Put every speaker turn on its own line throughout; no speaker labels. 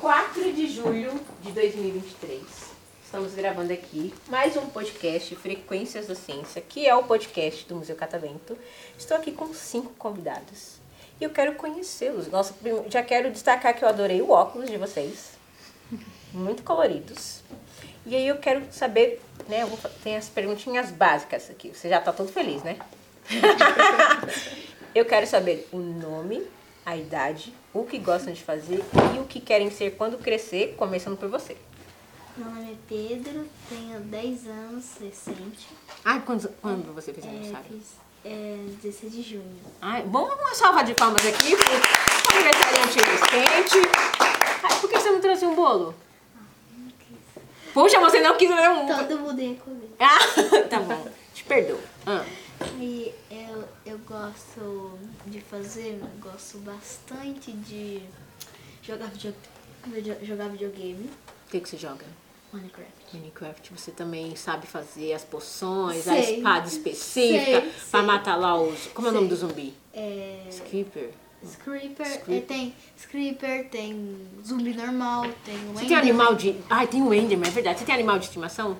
4 de julho de 2023. Estamos gravando aqui mais um podcast Frequências da Ciência, que é o podcast do Museu Catavento. Estou aqui com cinco convidados e eu quero conhecê-los. Nossa, prim- já quero destacar que eu adorei o óculos de vocês, muito coloridos. E aí eu quero saber, né? Eu vou, fa- tem as perguntinhas básicas aqui. Você já está todo feliz, né? Eu quero saber o nome, a idade, o que gostam de fazer e o que querem ser quando crescer, começando por você.
Meu nome é Pedro, tenho 10 anos, recente.
Ah, quando, quando você fez
É,
aniversário?
fiz é, 16 de junho.
Ai, vamos uma salva de palmas aqui pro aniversariante recente. Ai, por que você não trouxe um bolo? Puxa, você não quis ler um.
Todo mundo ia comer.
Ah, tá bom. Te perdoo. Ah,
E eu, eu gosto de fazer, eu gosto bastante de jogar, video, video- jogar videogame.
o que, que você joga?
Minecraft.
Minecraft, você também sabe fazer as poções, a
Sei.
espada específica
Sei,
pra
sei.
matar lá os. Como é o nome do
Sei.
zumbi?
É,
Skipper.
Screeper,
Screeper.
é, tem Screeper, tem zumbi normal, tem o
Você tem animal de. Ai, tem o Enderman, é verdade. Você tem animal de estimação?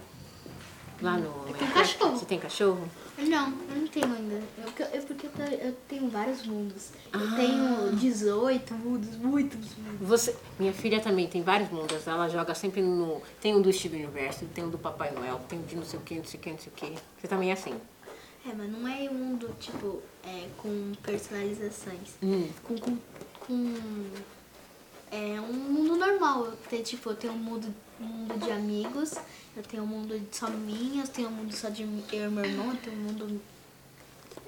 Lá no. Minecraft?
cachorro.
Você tem cachorro?
Não, eu não tenho ainda. Eu, porque eu, porque eu, tô- eu tenho vários mundos.
Ah.
Eu tenho 18 mundos, muitos mundos.
Você, minha filha também tem vários mundos. Ela joga sempre no. Tem um do Steve Universo, tem um do Papai Noel, tem um de não sei o que, não sei o que, não sei o que. Você também é assim.
É, mas não é um mundo, tipo, é, com personalizações.
Hum.
Com, com, com. É um mundo normal. Eu tenho, tipo, eu tenho um mundo, um mundo de amigos, eu tenho um mundo só minha, eu tenho um mundo só de mi- eu e meu irmão, eu tenho um mundo.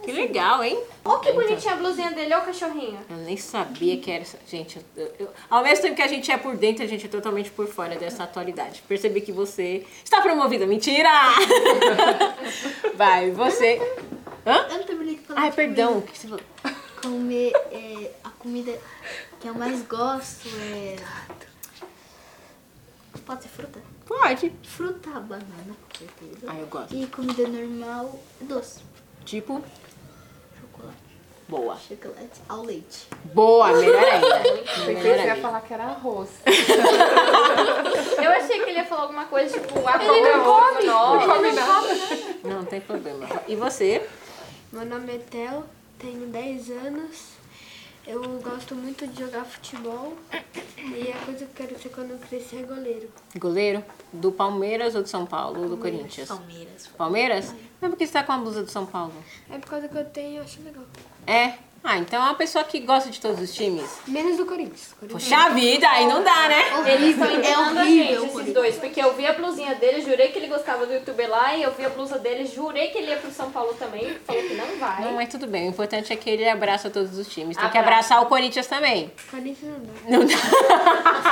Que legal, hein?
Olha que
Então,
bonitinha a blusinha dele, olha o cachorrinho.
Eu nem sabia que era essa. Gente, eu- eu- eu- ao mesmo tempo que a gente é por dentro, a gente é totalmente por fora dessa atualidade. Percebi que você está promovida. Mentira! Vai, você. Hã?
Eu não terminei de falar.
Ai,
de
perdão. o que você falou?
comida. Comer é, a comida que eu mais gosto é. Pode ser fruta?
Pode.
Fruta, banana, com certeza.
Ah, eu gosto.
E comida normal, doce.
Tipo,
Chocolate.
boa.
Chocolate ao leite.
Boa, melhor ainda.
Pensei que
Melhor
você ia
ainda.
falar que era arroz.
Eu achei que ele ia falar alguma coisa, tipo, a
Ele não come,
Não
não come nada.
Não, não tem problema. E você?
Meu nome é Theo, tenho 10 anos. Eu gosto muito de jogar futebol e a coisa que eu quero ser quando eu crescer é goleiro.
Goleiro? Do Palmeiras ou do São Paulo? Ou do Corinthians?
Palmeiras.
Palmeiras? Mas por que você tá com a blusa do São Paulo?
É por causa que eu tenho, eu acho legal.
É? Ah, então é uma pessoa que gosta de todos os times?
Menos do Corinthians.
Poxa vida, aí não dá, né?
Eles estão enganando a gente,
é horrível,
esses dois, porque eu vi a blusinha dele, jurei que ele gostava do youtuber lá, e eu vi a blusa dele, jurei que ele ia pro São Paulo também, falou que não vai.
Não, mas tudo bem. O importante é que ele abraça todos os times. Tem que
Abraça.
abraçar o Corinthians também.
Corinthians não dá.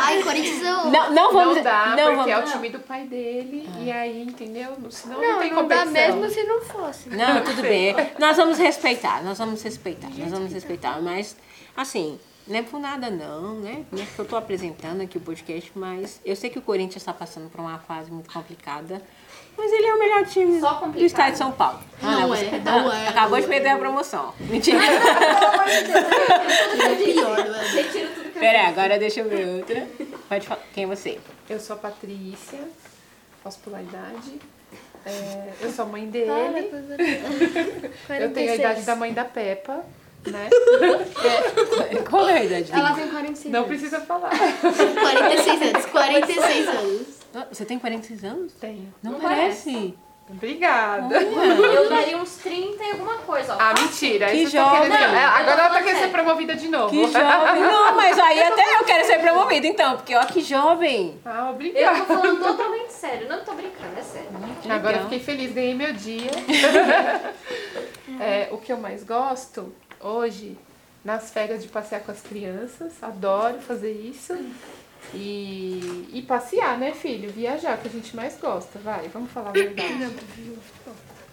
Ai, Corinthians eu...
Não, não vamos...
Não dá,
não
porque é o
vamos- Ah.
time do pai dele. E aí, entendeu? No- Senão não,
Não,
tem
não dá
competição.
mesmo se não fosse. né?
Não, tudo bem. Nós vamos respeitar, nós vamos respeitar, nós vamos respeitar. Mas, assim, não é por nada não, né? Não é porque eu tô apresentando aqui o podcast, mas eu sei que o Corinthians está passando por uma fase muito complicada. Mas ele é o melhor time
Só
do
complicado.
estado de São Paulo. Ah,
Não
você- tá-
é, não é,
Acabou
não
de
é.
perder a promoção. Mentira.
É pior, não é?
Tira tudo que
Peraí, agora deixa eu ver outra. Pode falar. Quem é você?
Eu sou a Patrícia. Posso pular a idade? É, eu sou a mãe dele.
Fala, coisa
eu tenho a
46.
idade da mãe da Peppa, né?
Qual é a idade dele?
Ela tem 46
Não
anos.
precisa falar.
46 anos, 46 anos.
Você tem 46 anos?
Tenho.
Não,
Não
parece.
Obrigada.
é.
Eu daria uns 30 e alguma coisa, ó.
Ah, mentira.
Que
isso eu tô
jovem.
querendo- É, Agora ela tá
falando
querendo ser
sério.
promovida de novo. Ah,
Que jovem. Não, mas aí até eu quero ser promovida então, porque ó, que jovem.
Ah,
Eu tô
obrigada.
falando totalmente sério, não tô brincando, é sério.
Agora eu
Legal.
fiquei feliz, ganhei meu dia. É, o que eu mais gosto hoje, nas férias de passear com as crianças, adoro fazer isso. E, e passear, né, filho? Viajar, que a gente mais gosta, vai, vamos falar a verdade. É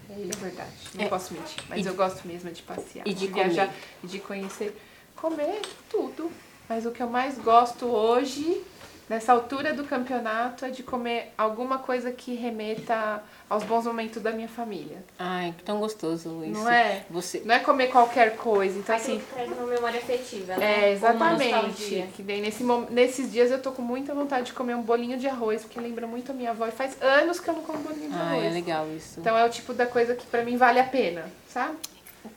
é verdade, não
É.
posso mentir, mas eu gosto mesmo de passear,
e de
viajar
comer.
e de conhecer, comer tudo. Mas o que eu mais gosto hoje Nessa altura do campeonato é de comer alguma coisa que remeta aos bons momentos da minha família.
Ai, que tão gostoso isso.
Não é?
Você.
Não é comer qualquer coisa. Então,
Aquilo
assim,
que traz uma memória afetiva, né?
é
Uma
exatamente.
nostalgia.
Que daí nesse, mom- nesses dias eu tô com muita vontade de comer um bolinho de arroz, porque lembra muito a minha avó. E faz anos que eu não como bolinho de
Ai, é
arroz.
legal isso.
então é o tipo da coisa que pra mim vale a pena, sabe?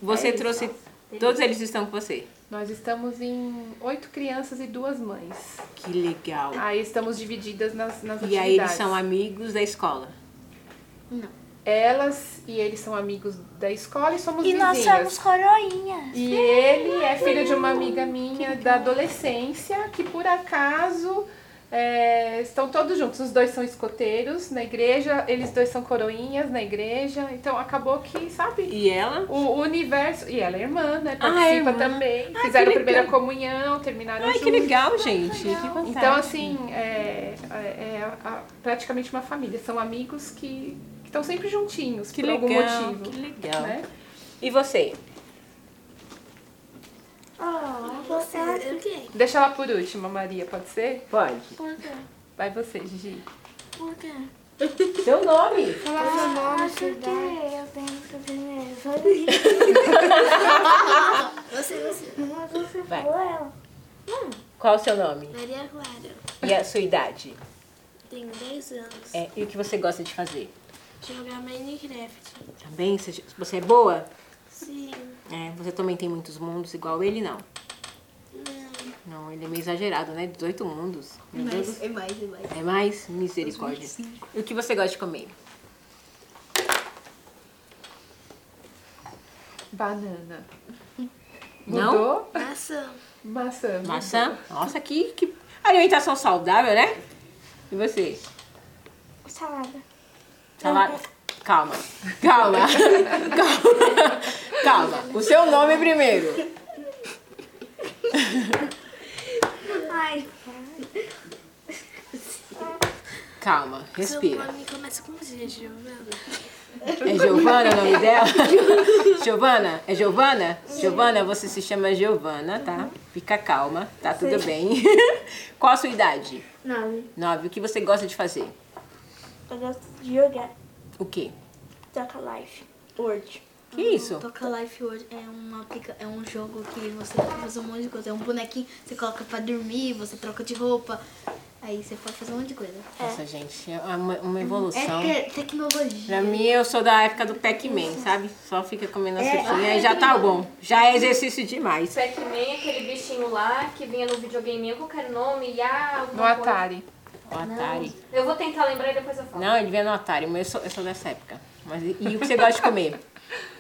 você
é isso,
trouxe.
nossa, delícia.
Todos eles estão com você.
Nós estamos em oito crianças e duas mães.
Que legal.
Aí estamos divididas nas, nas
e
atividades.
aí eles são amigos da escola.
Elas e eles são amigos da escola e somos
E nós
vizinhas.
somos coroinhas.
E ele é filho de uma amiga minha da adolescência, que por acaso é, estão todos juntos. Os dois são escoteiros na igreja, eles dois são coroinhas na igreja. Então acabou que, sabe?
E ela?
O o universo. E ela é irmã, né?
Ah, é
Participa
irmã.
também. Fizeram
que
primeira comunhão, terminaram
Ai, que
juntos.
legal, gente. Que fantástico.
Então, assim, é, é- é a- a- praticamente uma família. São amigos que que estão sempre juntinhos,
que
por
legal.
algum motivo.
Que legal.
né?
E você?
Você o quê?
Deixa ela por última, Maria, pode ser?
Pode.
Por quê?
Vai você, Gigi.
Por quê?
Seu nome?
é
Ah,
acho que eu tenho que primeiro. Você, você. Mas você
Vai.
foi ela.
Qual o seu nome?
Maria Clara.
E a sua idade?
Tenho 10 anos.
É, e o que você gosta de fazer?
Jogar Minecraft.
Também? Você você é boa?
Sim.
É, você também tem muitos mundos igual ele, não?
Não.
Não, ele é meio exagerado, né? 18 mundos. Meu Deus. do céu.
É mais, é mais.
É mais misericórdia. E o que você gosta de comer?
Banana.
Não?
Mudou?
Maçã.
Maçã.
Maçã? Nossa, que, que alimentação saudável, né? E você?
Salada.
Salada? Calma, calma, calma, calma. O seu nome primeiro.
Ai.
Calma, respira.
nome começa com G, Giovana.
É Giovana o nome dela? Giovana? É Giovana? Giovana, você se chama Giovana, tá? Fica calma, tá tudo bem. Qual a sua idade?
Nome.
Nove. O que você gosta de fazer?
Eu gosto de jogar.
O quê?
Toca life. Word.
Que isso?
Uhum. Toca Life hoje é, uma aplica... é um jogo que você pode fazer um monte de coisa. É um bonequinho, você coloca pra dormir, você troca de roupa. Aí você pode fazer um monte de coisa.
Nossa, gente, é uma, uma evolução.
É te- tecnologia.
Pra mim, eu sou da época do Pac-Man, sabe? Só fica comendo a cefrinha e já tá bom. Já é exercício demais.
Pac-Man, aquele bichinho lá que vinha no videogame, eu qualquer nome, Yá, alguma
No
coisa.
Atari.
O Atari.
Eu vou tentar lembrar e depois eu falo.
Não, ele vem no Atari, mas eu sou, eu sou dessa época. Mas e, e o que você gosta de comer?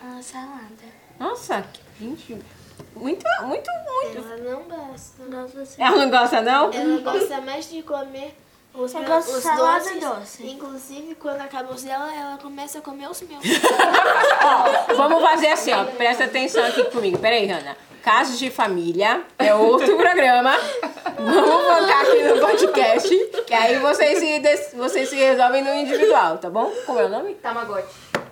Ah, salada.
Nossa, que- gente. Muito, muito, muito.
Ela não gosta. Nossa, você.
Ela não gosta, não?
Ela gosta mais de comer os,
Eu
meus-
gosto de
os
salada
doces.
doce.
Inclusive, quando acaba os dela, ela começa a comer os meus.
Ó, vamos fazer assim, ó. Presta atenção aqui comigo. Peraí, Hanna. Casos de família é outro programa. Vamos focar aqui no podcast. Que aí vocês se, des- vocês se resolvem no individual, tá bom? Como é o nome?
Tamagotchi.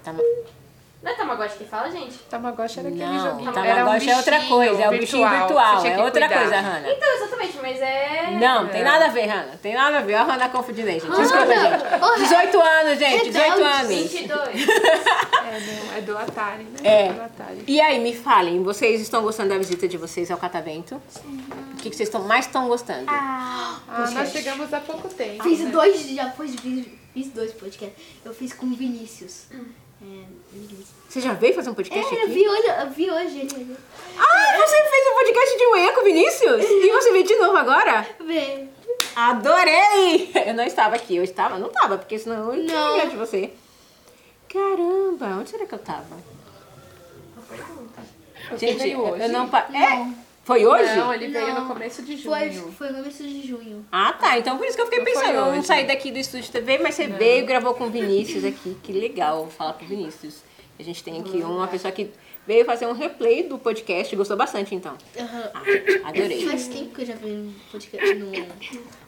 Tá
Não é Tamagotchi que fala, gente?
Tamagotchi era aquele
Não,
joguinho. Era um
Tamagotchi é outra
bichinho
coisa, é o bichinho
você
virtual,
tinha
é
que
outra
cuidar.
coisa, Hannah.
Então, exatamente, mas é...
Não, tem nada a ver, Hannah. Tem nada a ver. Olha a Hannah confundindo aí, gente. Desculpa, gente. 18 anos, gente. 18 anos.
22.
É, não, é do Atari, né?
É.
Do Atari.
E aí, me falem, vocês estão gostando da visita de vocês ao Catavento? O que que vocês estão mais estão gostando?
Ah, nós chegamos há pouco tempo.
Fiz
né?
dois, já fiz, fiz, fiz dois podcasts. Eu fiz com o Vinícius. É, Vinícius.
Você já veio fazer um podcast
É, eu
aqui?
vi hoje, eu vi hoje ele.
Ah, você fez um podcast de manhã com o Vinícius? E você veio de novo agora?
Vê.
Adorei! Eu não estava aqui, eu estava, não estava, porque senão eu não ia de você. Caramba, onde será que eu estava?
Eu
Gente,
veio
eu
hoje.
não. pa- É? Foi hoje?
Não, ele veio
Não.
no começo de junho.
Foi, foi no começo de junho.
Ah, tá. Então por isso que eu fiquei
Não foi
pensando. Eu não
hoje.
saí daqui do estúdio TV, mas você veio e gravou com o Vinícius aqui. Que legal falar com o Vinícius. A gente tem aqui uma pessoa que Veio fazer um replay do podcast. Gostou bastante, então.
Aham.
Ah, adorei.
Faz tempo que eu já vi um podcast no.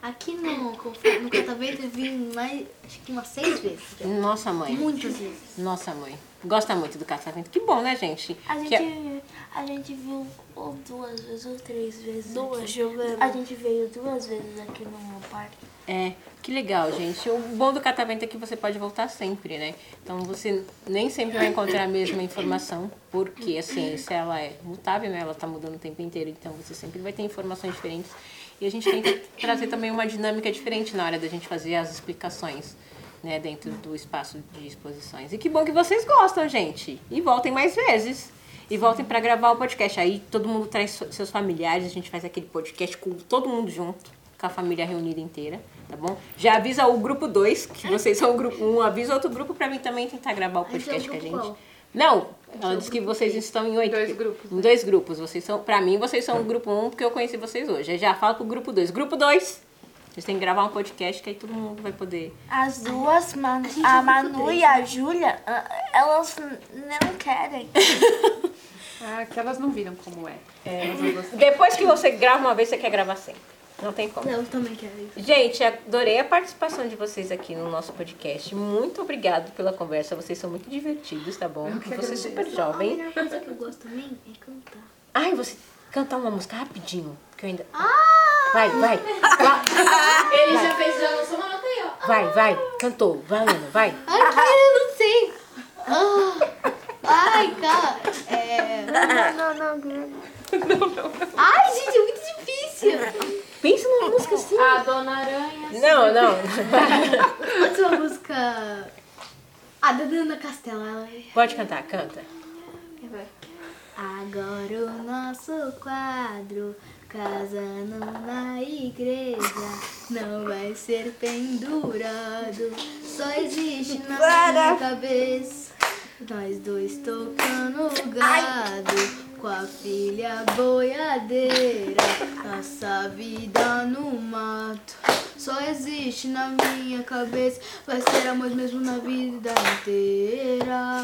Aqui no, conf- no catavento eu vim mais. Acho que umas seis vezes. já.
Nossa, mãe.
Muitas vezes.
Nossa, mãe. Gosta muito do catavento. Que bom, né, gente?
A
Que-
gente, a gente viu ou duas vezes ou três vezes.
Duas,
aqui.
Giovana.
A gente veio duas vezes aqui no parque.
É, que legal, gente. O bom do catavento é que você pode voltar sempre, né? Então você nem sempre vai encontrar a mesma informação, porque a ciência ela é mutável, né? Ela tá mudando o tempo inteiro, então você sempre vai ter informações diferentes. E a gente tem que trazer também uma dinâmica diferente na hora da gente fazer as explicações, né, dentro do espaço de exposições. E que bom que vocês gostam, gente. E voltem mais vezes. E voltem pra gravar o podcast. Aí todo mundo traz so- seus familiares, a gente faz aquele podcast com todo mundo junto, com a família reunida inteira, tá bom? Já avisa o grupo 2, que vocês são o grupo 1, um, avisa outro grupo pra mim também tentar gravar o
A gente é o
podcast com a gente.
grupo qual?
Não, ela disse que vocês estão em oito.
Dois grupos,
Em dois grupos. Vocês são, pra mim, vocês são o grupo 1, um, porque eu conheci vocês hoje. Aí já fala pro grupo 2. Grupo 2! Vocês têm que gravar um podcast que aí todo mundo vai poder.
As duas, Manu- a Manu e a Júlia, ah, elas não querem.
Ah, que elas não viram como é.
Depois que você grava uma vez, você quer gravar sempre. Não tem como.
Eu também quero isso.
Gente, adorei a participação de vocês aqui no nosso podcast. Muito obrigado pela conversa. Vocês são muito divertidos, tá bom? vocês são super
A
jovens.
melhor coisa que eu gosto também é cantar.
Ai, você cantar uma música rapidinho, que eu ainda. Vai, vai. Vai,
Ele já fez, já lançou uma nota aí, ó.
vai, vai. Cantou. Vai, Ana, vai.
Aqui eu não sei. Ah. Ai, cara. É...
Não, não, não.
Ai, gente, é muito difícil.
Pensa numa música assim.
A Dona Aranha.
Não, não.
Pode ser uma é música. A da Dana Castela. ela é-
Pode cantar, canta.
Agora o nosso quadro, casando na igreja, não vai ser pendurado, só existe na minha cabeça. Nós dois tocando gado, com a filha boiadeira, nossa vida no mato. Só existe na minha cabeça, vai ser amor mesmo na vida inteira.